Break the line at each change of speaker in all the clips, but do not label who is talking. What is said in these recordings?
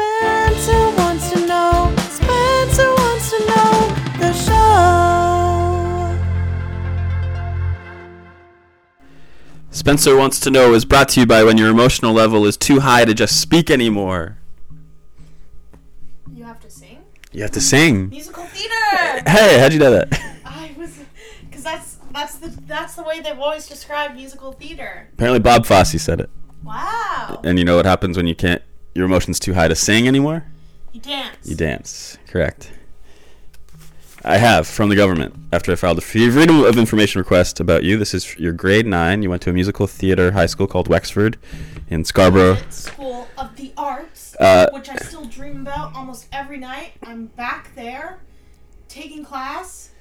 Spencer wants to know. Spencer wants to know the show.
Spencer wants to know is brought to you by when your emotional level is too high to just speak anymore.
You have to sing?
You have to sing.
Musical theater.
Hey, how'd you do that?
I was, cause that's that's the that's the way they've always described musical theater.
Apparently Bob Fosse said it.
Wow.
And you know what happens when you can't your emotion's too high to sing anymore?
You dance.
You dance. Correct. I have from the government after I filed a freedom of information request about you. This is your grade nine. You went to a musical theater high school called Wexford in Scarborough.
At School of the Arts,
Uh,
which I still dream about almost every night. I'm back there, taking class.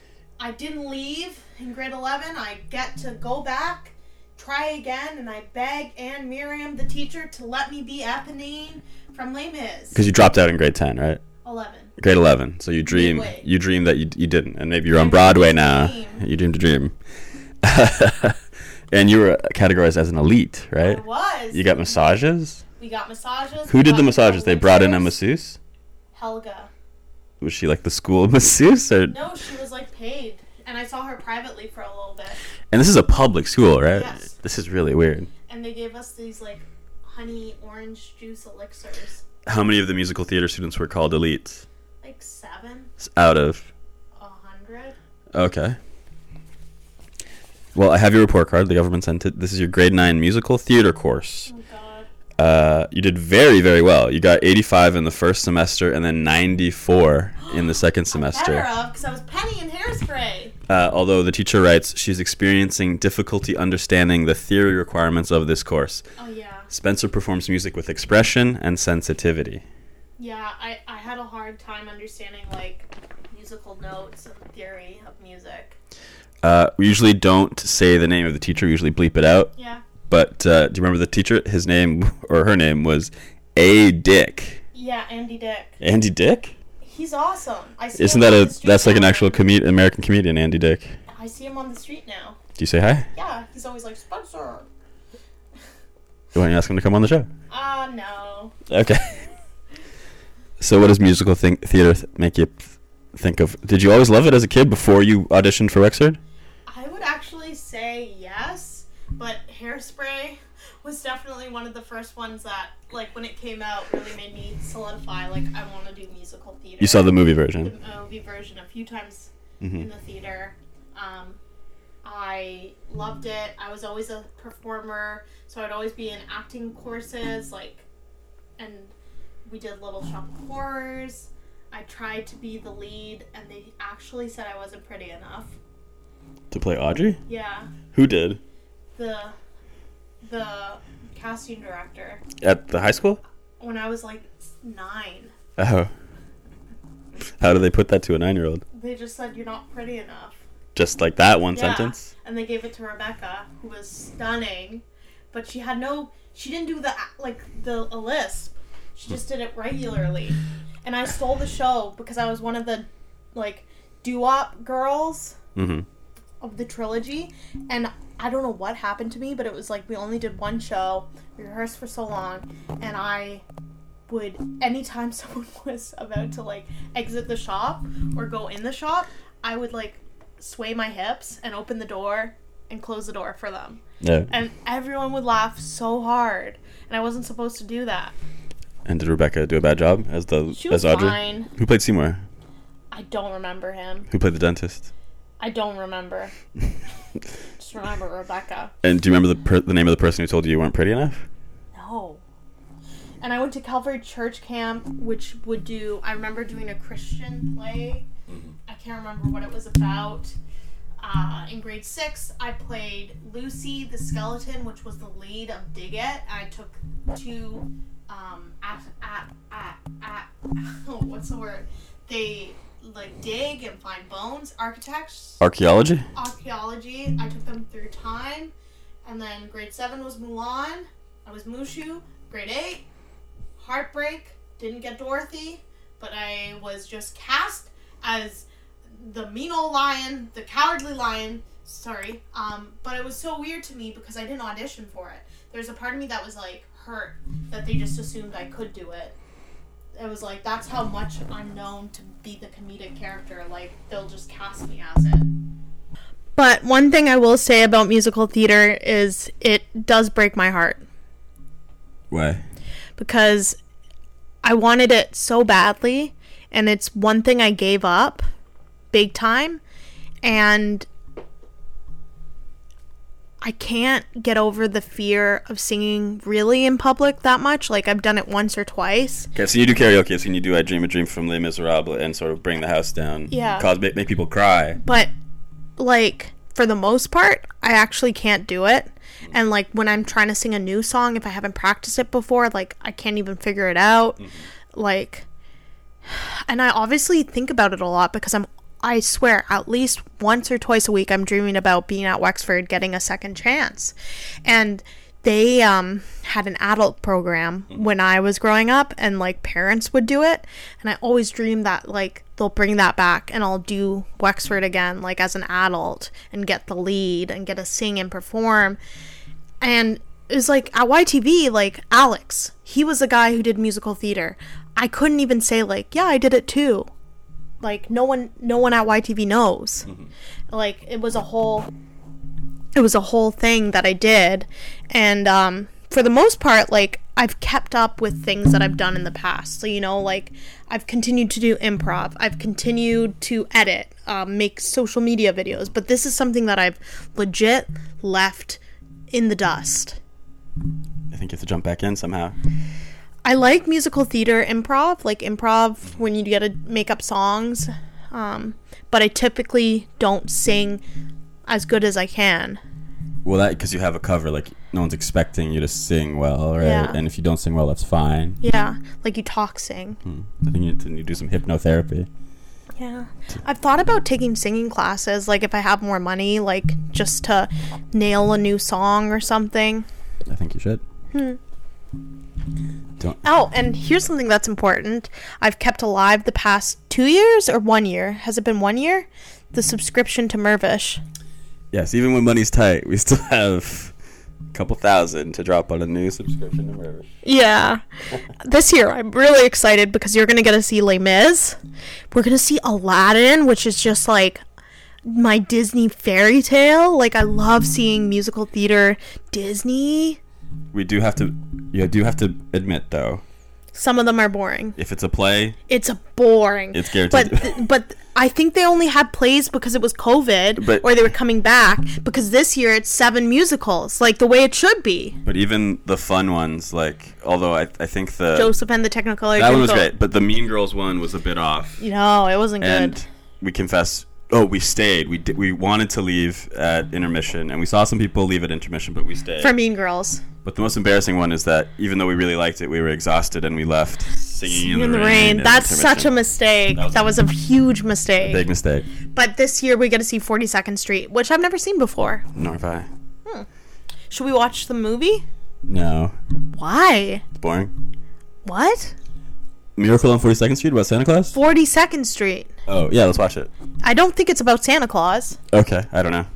I didn't leave in grade eleven. I get to go back, try again, and I beg Anne Miriam, the teacher, to let me be Eponine from Les Mis.
Because you dropped out in grade ten, right?
Eleven.
grade 11 so you dream
Midway.
you dream that you, you didn't and maybe you're on
I
broadway
dreamed
now
to dream.
you dreamed to dream and you were categorized as an elite right
I was.
you got massages
We got massages.
who
we
did
got
the massages they brought in a
masseurs.
masseuse
Helga.
was she like the school masseuse or
No, she was like paid, and I saw her privately for a little bit.
and this is a public school right
Yes.
this is really weird
And they gave us these like honey orange juice elixirs,
how many of the musical theater students were called elites
like seven,
S- out of
a hundred.
okay well i have your report card the government sent it this is your grade 9 musical theater course
Oh God.
uh, you did very very well. You got 85 in the first semester and then 94 in the second
Better
semester.
of because I was Penny and hairspray.
Uh, although the teacher writes she's experiencing difficulty understanding the theory requirements of this course.
Oh yeah,
Spencer performs music with expression and sensitivity.
yeah. I I had a hard time understanding like musical notes and theory of music.
Uh, we usually don't say the name of the teacher. We usually bleep it out.
Yeah.
But uh, do you remember the teacher? His name or her name was A. Dick.
Yeah, Andy Dick.
Andy Dick?
He's awesome. I see him
Isn't that
on
a
the street
that's like an
now.
actual comed- American comedian? Andy Dick.
I see him on the street now.
Do you say hi?
Yeah, he's always like Spencer.
You want to ask him to come on the show?
Ah, no.
Okay. So, what does musical think- theater th- make you th- think of? Did you always love it as a kid before you auditioned for Wexford?
I would actually say yes, but Hairspray was definitely one of the first ones that, like, when it came out, really made me solidify, like, I want to do musical theater.
You saw the movie
the
version.
movie version a few times
hmm
in the theater. Um, I loved it. I was always a performer, so I'd always be in acting courses, like, and we did Little Shop of Horrors. I tried to be the lead, and they actually said I wasn't pretty enough.
To play Audrey?
Yeah,
Who did?
the the casting director
At the high school?
when I was like nine.
Oh. How do they put that to a nine year old?
They just said you're not pretty enough.
Just like that one
Yeah.
sentence?
and they gave it to Rebecca, who was stunning, but she had no. She didn't do the like the a lisp. She just did it regularly, and I stole the show because I was one of the like doo-wop girls
Mm
of the trilogy, and I don't know what happened to me, but it was like we only did one show, we rehearsed for so long, and I would anytime someone was about to like exit the shop or go in the shop, I would like sway my hips and open the door and close the door for them.
hmm. Yeah.
And everyone would laugh so hard. And I wasn't supposed to do that.
And did Rebecca do a bad job as the
She
as
was
Audrey?
fine.
Who played Seymour?
I don't remember him.
Who played the dentist?
I don't remember. Just remember Rebecca.
And do you remember the per- the name of the person who told you you weren't pretty enough?
No. And I went to Calvary Church Camp, which would do. I remember doing a Christian play. I can't remember what it was about. Uh, in grade six, I played Lucy the skeleton, which was the lead of Dig It. I took two. Um, at, at, at, at, what's the word? They like dig and find bones. Architects
Archaeology?
archaeology. I took them through time. And then grade seven was Mulan. I was Mushu. Grade eight, Heartbreak. Didn't get Dorothy, but I was just cast as the mean old lion, the cowardly lion. Sorry. Um, but it was so weird to me because I didn't audition for it. There's a part of me that was like hurt that they just assumed I could do it. it was like that's how much I'm known to be the comedic character. Like they'll just cast me as it. But one thing I will say about musical theater is it does break my heart
Why?
because I wanted it so badly, and it's one thing I gave up big time, and I can't get over the fear of singing really in public that much. Like, I've done it once or twice.
Okay, so you do karaoke. So can you do "I Dream a Dream" from Les Miserables and sort of bring the house down?
Yeah.
Cause make, make people cry.
but like for the most part i actually can't do it and like when i'm trying to sing a new song if i haven't practiced it before like i can't even figure it out like and i obviously think about it a lot because i'm i swear at least once or twice a week i'm dreaming about being at wexford getting a second chance and they um, had an adult program when i was growing up and like parents would do it and i always dreamed that like they'll bring that back and i'll do wexford again like as an adult and get the lead and get to sing and perform and it was like at YTV, like Alex, he was the guy who did musical theater. I couldn't even say like, yeah, I did it too. Like no one, no one at YTV knows. Like it was a whole, it was a whole thing that I did, and um, for the most part, like I've kept up with things that I've done in the past. So you know, like I've continued to do improv, I've continued to edit, um, make social media videos, but this is something that I've legit left in the dust.
I think you have to jump back in somehow.
I like musical theater improv, like improv when you get to make up songs, um, but I typically don't sing as good as I can.
Well, that because you have a cover, like no one's expecting you to sing well, right?
Yeah.
And if you don't sing well, that's fine.
Yeah, like you talk sing.
I think you need to do some hypnotherapy.
Yeah. I've thought about taking singing classes, like if I have more money, like just to nail a new song or something.
I think you should. Don't.
Oh, and here's something that's important. I've kept alive the past two years or one year. Has it been one year? The subscription to Mervish.
Yes, even when money's tight, we still have a couple thousand to drop on a new subscription or whatever.
Yeah. this year, I'm really excited because you're going to get to see Les Mis. We're going to see Aladdin, which is just like my Disney fairy tale. Like, I love seeing musical theater Disney.
We do have to. You do have to admit though,
Some of them are boring.
if it's a play,
It's a boring.
It's guaranteed.
But th- but I think they only had plays because it was COVID,
But-
or they were coming back. Because this year it's seven musicals, like the way it should be.
but even the fun ones, like although I, I think the
Joseph and the Technicolor.
that one was
Dreamcoat.
great, but the Mean Girls one was a bit off.
No, it wasn't
and
good.
we confess oh we stayed we did, we wanted to leave at intermission and we saw some people leave at intermission but we stayed
For Mean Girls.
but the most embarrassing one is that even though we really liked it we were exhausted and we left singing, in, the rain, at
That's such a
intermission.
mistake.
was-
That was a huge mistake.
big mistake
But this year we get to see 42nd Street, which I've never seen before.
nor have i
Should we watch the movie?
no
Why?
it's boring
What?
miracle on 42nd street about santa claus
42nd Street.
oh yeah let's watch it
I don't think it's about Santa Claus.
okay i don't know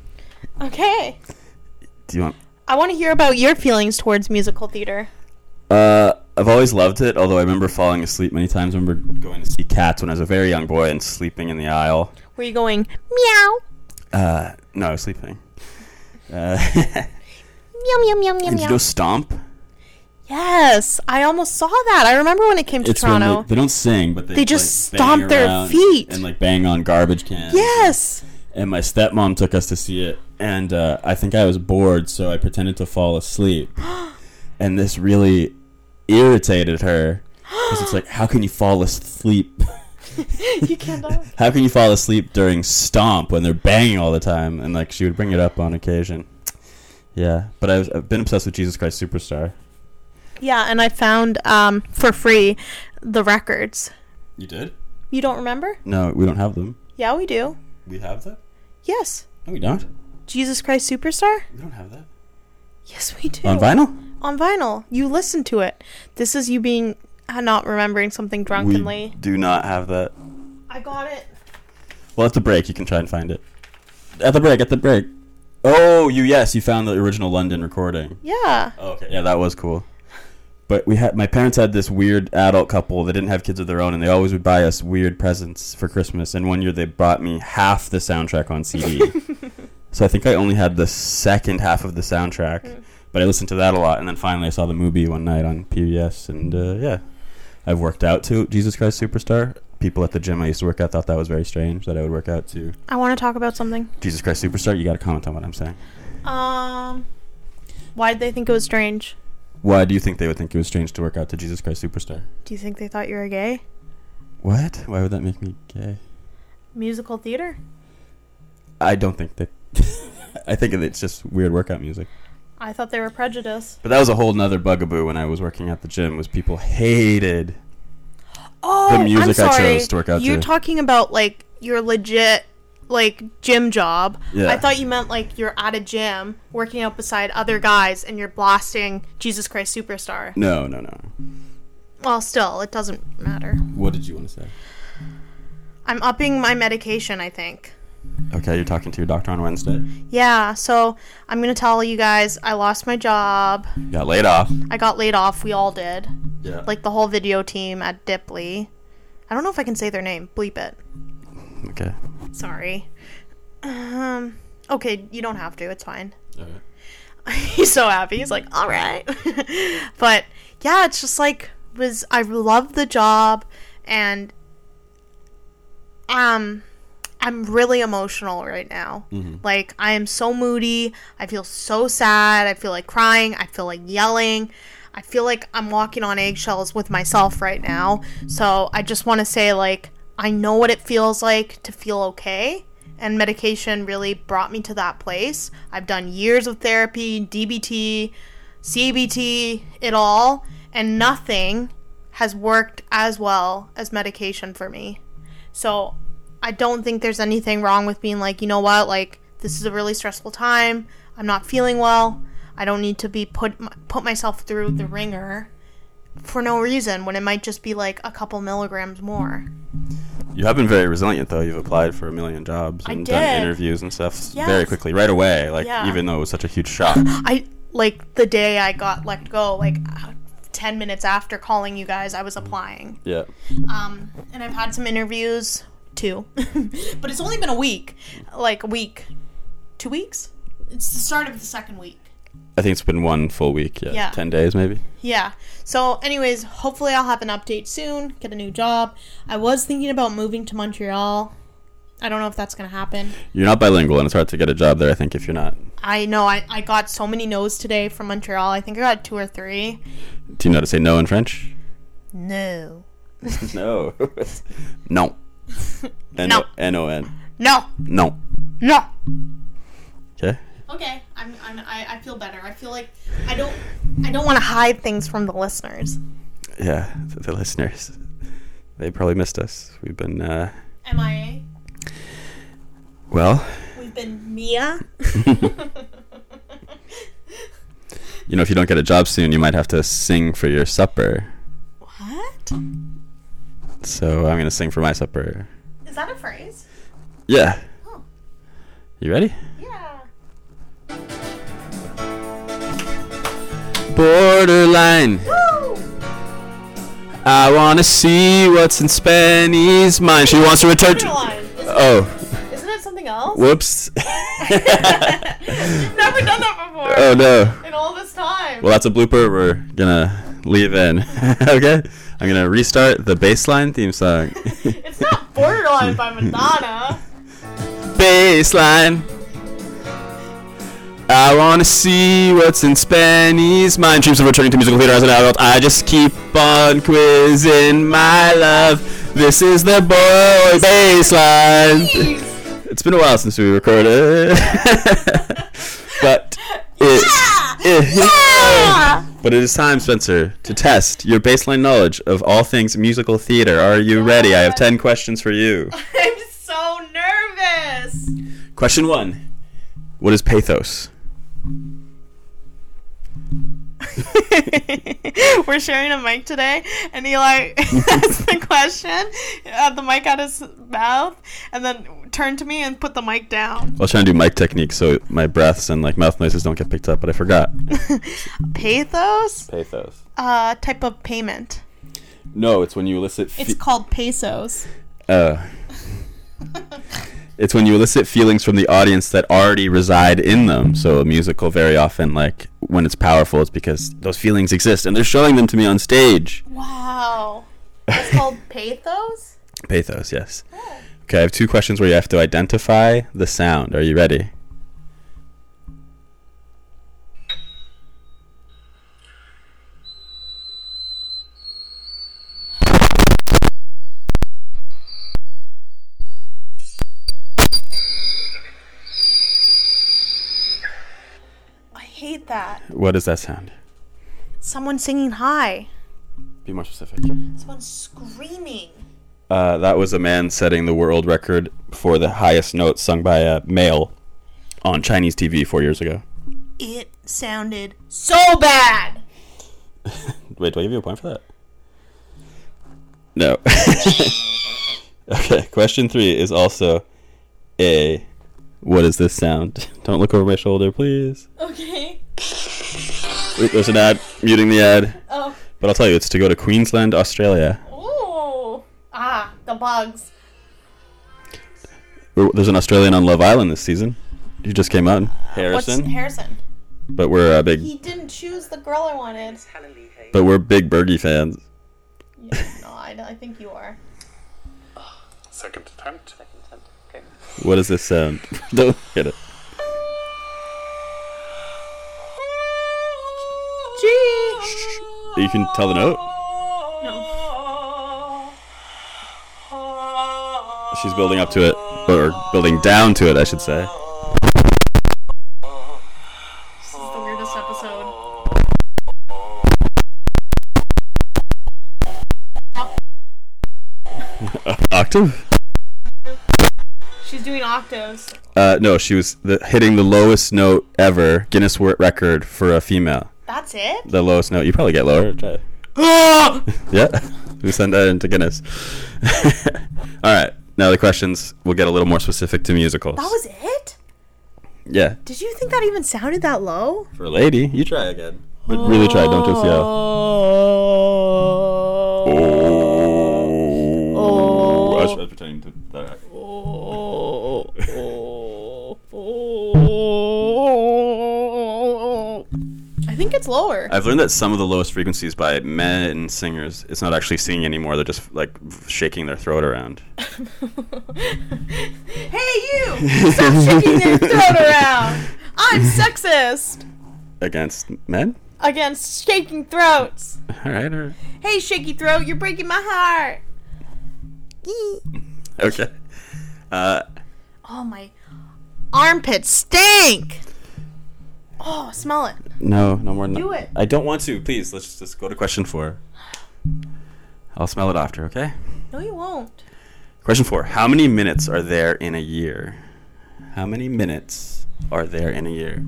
Okay.
do you want
I want to hear about your feelings towards musical theater.
Uh, I've always loved it, although I remember falling asleep many times. I remember going to see cats when I was a very young boy and sleeping in the aisle.
Were you going meow,
Uh, no, I was sleeping. Uh,
meow, meow, meow, meow,
did you
meow?
go stomp?
Yes, I almost saw that. I remember when it came to
when
Toronto.
they, they don't sing, but they,
They just
like, bang
stomp their
around
feet.
and like bang on garbage cans.
yes.
And my stepmom took us to see it, and uh, I think I was bored, so I pretended to fall asleep, and this really irritated her because it's like, how can you fall asleep?
you can't. uh,
How can you fall asleep during stomp when they're banging all the time? And like she would bring it up on occasion. Yeah, but I've, I've been obsessed with Jesus Christ Superstar.
Yeah, and I found um, for free the records.
You did?
You don't remember?
No, we don't have them.
Yeah, we do.
We have that?
Yes.
No, we don't.
Jesus Christ Superstar?
We don't have that.
Yes, we do.
On vinyl?
On vinyl. You listen to it. This is you being uh, not remembering something drunkenly.
do not have that.
I got it.
Well, at the break, you can try and find it. At the break, at the break. Oh, you, yes, you found the original London recording.
Yeah.
Oh, okay. Yeah, that was cool. But we had my parents had this weird adult couple that didn't have kids of their own, and they always would buy us weird presents for Christmas. And one year they bought me half the soundtrack on CD. so I think I only had the second half of the soundtrack, but I listened to that a lot. And then finally I saw the movie one night on PBS, and uh, yeah, I've worked out to Jesus Christ Superstar. People at the gym I used to work at thought that was very strange that I would work out to
I want to talk about something.
Jesus Christ Superstar. You got to comment on what I'm saying.
Um, why'd they think it was strange?
Why do you think they would think it was strange to work out to Jesus Christ Superstar?
Do you think they thought you were gay?
What? Why would that make me gay?
Musical theater?
I don't think that. I think it's just weird workout music.
I thought they were prejudiced.
But that was a whole nother bugaboo when I was working at the gym. Was people hated?
Oh, I'm
music I
sorry.
chose to work out
You're
to.
talking about like your legit like gym job.
Yeah.
I thought you meant like you're at a gym working out beside other guys and you're blasting Jesus Christ Superstar.
No, no, no.
Well, still, it doesn't matter.
What did you want to say?
I'm upping my medication, I think.
Okay, you're talking to your doctor on Wednesday.
Yeah, so I'm going to tell you guys I lost my job.
You got laid off.
I got laid off. We all did.
Yeah.
Like the whole video team at Dipley. I don't know if I can say their name. Bleep it.
Okay.
Sorry. Um, okay, you don't have to. It's fine.
All right.
he's so happy. He's like, all right. but yeah, it's just like was I love the job and um I'm really emotional right now. Like I am so moody. I feel so sad. I feel like crying. I feel like yelling. I feel like I'm walking on eggshells with myself right now. So I just want to say like I know what it feels like to feel okay and medication really brought me to that place. I've done years of therapy, DBT, CBT, it all, and nothing has worked as well as medication for me. So I don't think there's anything wrong with being like, you know what, like this is a really stressful time. I'm not feeling well. I don't need to be put put myself through the ringer for no reason when it might just be like a couple milligrams more.
You have been very resilient, though. You've applied for a million jobs and done
did.
interviews and stuff very
Yes.
quickly, right away. Like
Yeah.
even though it was such a huge shock.
I like the day I got let go, like uh, ten minutes after calling you guys, I was applying.
yeah.
Um, and I've had some interviews too, but it's only been a week, like a week, two weeks. It's the start of the second week.
I think it's been one full week. Yeah.
Yeah.
Ten days maybe.
Yeah. So, anyways, hopefully I'll have an update soon. Get a new job. I was thinking about moving to Montreal. I don't know if that's gonna happen.
You're not bilingual, and it's hard to get a job there. I think if you're not.
I know I, I got so many no's today from Montreal. I think I got two or three.
Do you know how to say no in French?
No.
No. no. N
No.
O N O N.
No.
No.
No.
Okay.
Okay, I'm, I'm I, I feel better. I feel like I don't I don't want to hide things from the listeners.
Yeah, the, the listeners. They probably missed us. We've been, uh,
MIA.
well,
We've been Mia.
you know, if you don't get a job soon, you might have to sing for your supper.
what?
So I'm going to sing for my supper.
Is that a phrase?
Yeah.
Oh,
You ready?
yeah.
Borderline.
Woo!
I want to see what's in Spenny's mind. She wants to return to.
Borderline. Isn't,
Oh,
isn't it something else?
whoops.
You've never done that before
oh, no.
in all this time.
Well, that's a blooper we're gonna leave in. okay? I'm gonna restart the baseline theme song.
It's not Borderline by Madonna.
baseline. I wanna see what's in Spenny's mind. Dreams of returning to musical theater as an adult. I just keep on quizzing my love. This is the boy baseline.
Jeez.
It's been a while since we recorded, but eh. it,
Ah!
But it is time, Spencer, to test your baseline knowledge of all things musical theater. Are you ready? I have 10 questions for you.
I'm so nervous.
Question one What is pathos?
We're sharing a mic today, and Eli asked the question, had the mic out his mouth, and then turned to me and put the mic down.
I was trying to do mic techniques so my breaths and like mouth noises don't get picked up, but I forgot.
Pathos?
Pathos.
Uh, type of payment.
No, it's when you elicit. Fe-
It's called pesos.
uh, it's when you elicit feelings from the audience that already reside in them. So a musical, very often, like when it's powerful, it's because those feelings exist and they're showing them to me on stage.
Wow. It's called pathos?
Pathos, yes. Okay, I have two questions where you have to identify the sound. Are you ready?
I hate that.
What does that sound?
Someone singing high.
Be more specific.
Someone screaming.
Uh, that was a man setting the world record for the highest note sung by a male on Chinese TV four years ago.
It sounded so bad.
Wait, do I give you a point for that? No. okay, question three is also a. What is this sound? Don't look over my shoulder, please.
Okay.
Oop, there's an ad, muting the ad.
Oh.
But I'll tell you, it's to go to Queensland, Australia.
Ooh. Ah, the bugs.
We're- There's an Australian on Love Island this season. He just came out. Harrison.
What's Harrison?
but we're uh, big,
He didn't choose the girl I wanted.
but we're big Bergie fans.
Yeah, no, I, I think you are.
Second attempt.
What is this sound? Don't hit it.
Gee.
You can tell the note.
No.
She's building up to it, or building down to it, I should say.
This is the weirdest episode.
Octave?
She's doing octaves.
Uh, no, she was the, hitting the lowest note ever, Guinness World Record for a female.
That's it?
The lowest note. You probably get lower. Try. Yeah, we send that into Guinness. All right. Now the questions will get a little more specific to musicals.
That was it?
yeah.
Did you think that even sounded that low?
For a lady, you try again. But really try. Don't do CO. Oh. I was, I was pretending to. That.
I think it's lower.
I've learned that some of the lowest frequencies by men singers, it's not actually singing anymore. They're just like shaking their throat around.
hey, you! Stop shaking your throat around! I'm sexist!
Against men?
Against shaking throats!
All right. All right.
Hey, shaky throat, you're breaking my heart!
Okay. Uh,
Oh, my armpits stink! Oh, smell it.
no, no more.
Do it.
I don't want to. Please, let's just, just go to question four. I'll smell it after, okay?
No, you won't.
Question four How many minutes are there in a year? How many minutes are there in a year?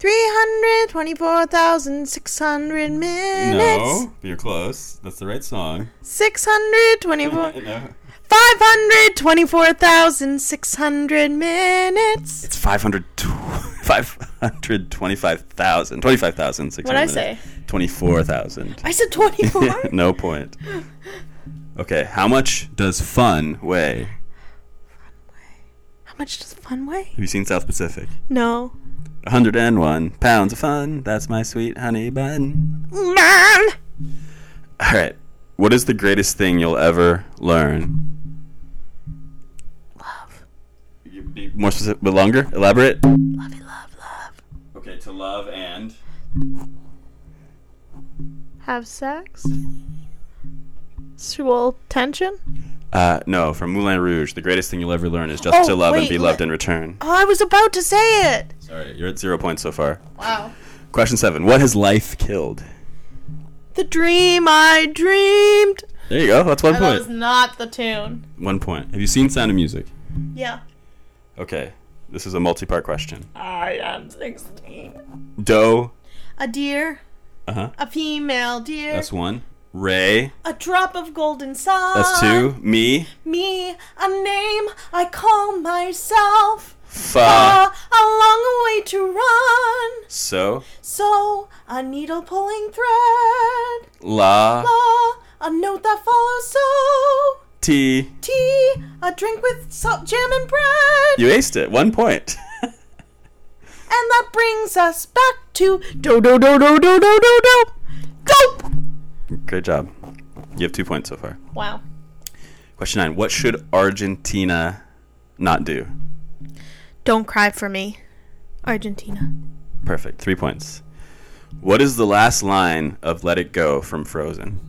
324,600 minutes.
but you're close. That's the right song.
624.
No.
524,600 minutes.
It's 500, 525,000. 25,000.
What'd I say?
24,000.
I said 24?
no point. Okay, how much does fun weigh?
How much does fun weigh?
Have you seen South Pacific?
No.
101 pounds of fun. That's my sweet honey bun.
Man!
All right. What is the greatest thing you'll ever learn?
Love.
You be more specific, but longer? Elaborate?
Love you, love, love.
Okay, to love and.
Have sex? Sexual tension?
Uh, no, from Moulin Rouge. The greatest thing you'll ever learn is just
Oh,
to love and
wait,
be loved
le-
in return.
Oh, I was about to say it.
Sorry, you're at zero points so far.
Wow.
Question seven What has life killed?
The dream I dreamed.
There you go. That's one
That
point.
was not the tune.
One point. Have you seen Sound of Music?
Yeah.
Okay, this is a multi part question.
I am 16.
Doe
a deer,
Uh huh.
a female deer,
That's one. Ray.
a drop of golden sun.
That's two. Me.
Me, a name I call myself.
Fa.
A, a long way to run,
So.
so a needle pulling thread.
La.
A, Ah, a note that follows so.
T.
Tea, a drink with salt, jam, and bread.
You aced it. One point.
And that brings us back to do do do do do do do do dope.
Great job. You have two points so far.
Wow.
Question nine. What should Argentina not do?
Don't cry for me, Argentina.
Perfect. Three points. What is the last line of Let It Go from Frozen?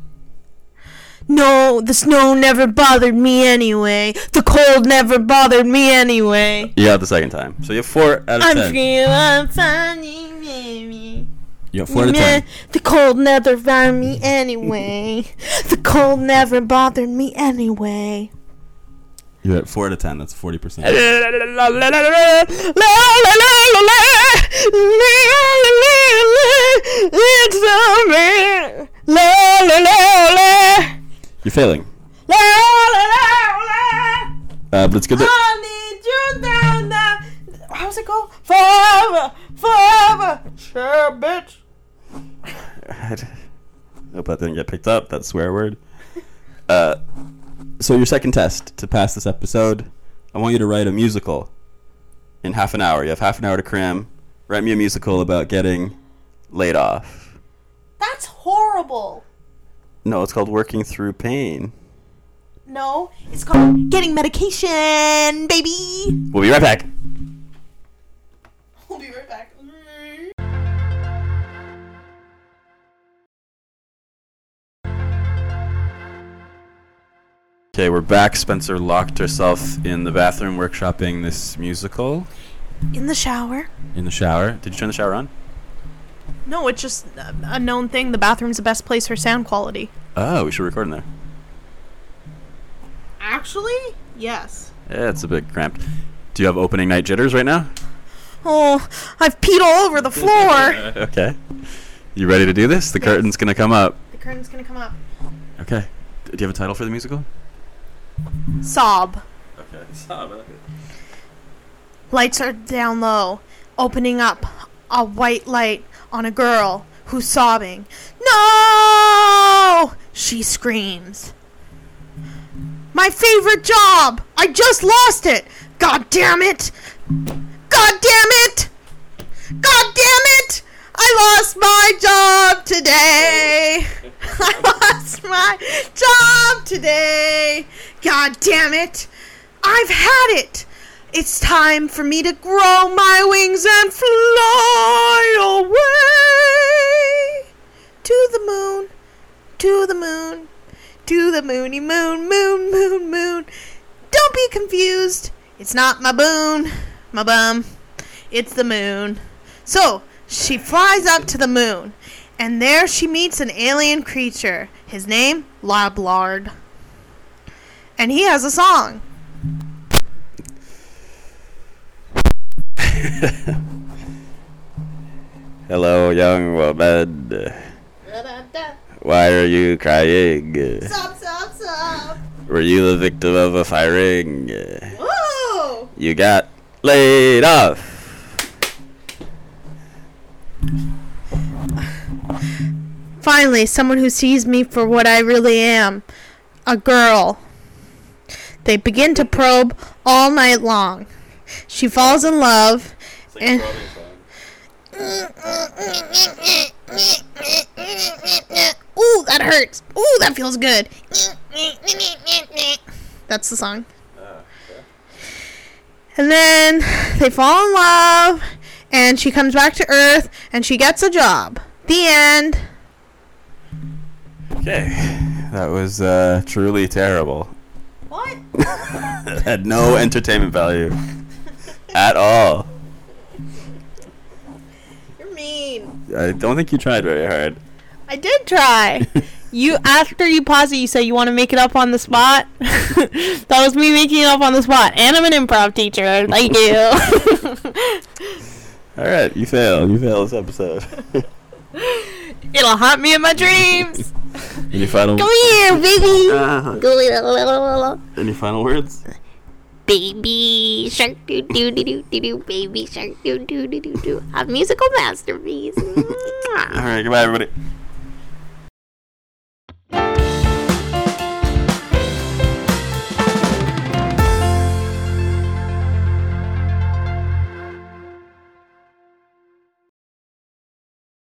No, the snow never bothered me anyway. The cold never bothered me anyway.
You got the second time. So you have four out of
I'm
ten.
free, I'm funny, baby.
You have four out of ten.
The cold never bothered me anyway. the cold never bothered me anyway.
You're at four out of ten. That's forty percent. You're failing. Uh, but let's give the
How's it go? Forever, forever. Sure, bitch.
hope that didn't get picked up. That swear word. Uh, so your second test to pass this episode, I want you to write a musical in half an hour. You have half an hour to cram. Write me a musical about getting laid off.
That's horrible.
No, it's called working through pain.
No, it's called getting medication, baby.
We'll be right back.
We'll be right back.
Okay, we're back. Spencer locked herself in the bathroom workshopping this musical
In the shower.
in the shower. Did you turn the shower on?
No, it's just a- a known thing. The bathroom's the best place for sound quality.
Oh, we should record in there.
Actually, yes.
Yeah, it's a bit cramped. Do you have opening night jitters right now?
Oh, I've peed all over the floor.
okay. You ready to do this? The curtain's gonna come up.
the curtain's gonna come up.
Okay. D- Do you have a title for the musical?
Sob.
Okay.
Lights are down low, opening up a white light on a girl who's sobbing. No! She screams. My favorite job! I just lost it! God damn it! God damn it! God damn it! I lost my job today! I lost my job today! God damn it! I've had it! It's time for me to grow my wings and fly away to the moon, to the moon, to the moony moon, moon, moon, moon. Don't be confused. It's not my boon, my bum. It's the moon. So she flies up to the moon, and there she meets an alien creature. His name, Loblard. And he has a song.
Hello, young woman. Why are you crying?
Stop, stop, stop.
Were you the victim of a firing?
Whoa!
You got laid off.
Finally, someone who sees me for what I really am a girl. They begin to probe all night long. She falls in love and. Ooh, that hurts. Ooh, that feels good. That's the song. And then they fall in love, and she comes back to Earth, and she gets a job. The end.
Okay. That was uh, truly terrible.
What?
It had no entertainment value at all.
You're mean.
I don't think you tried very hard.
I did try. you after you pause it, you say you want to make it up on the spot. that was me making it up on the spot, and I'm an improv teacher. Thank you.
All right, you fail. You fail this episode.
It'll haunt me in my dreams.
Any final?
Come here, baby.
Uh,
Go here,
any final words?
baby shark doo doo doo doo doo doo baby shark doo doo doo doo doo. A musical masterpiece.
All right. Goodbye, everybody.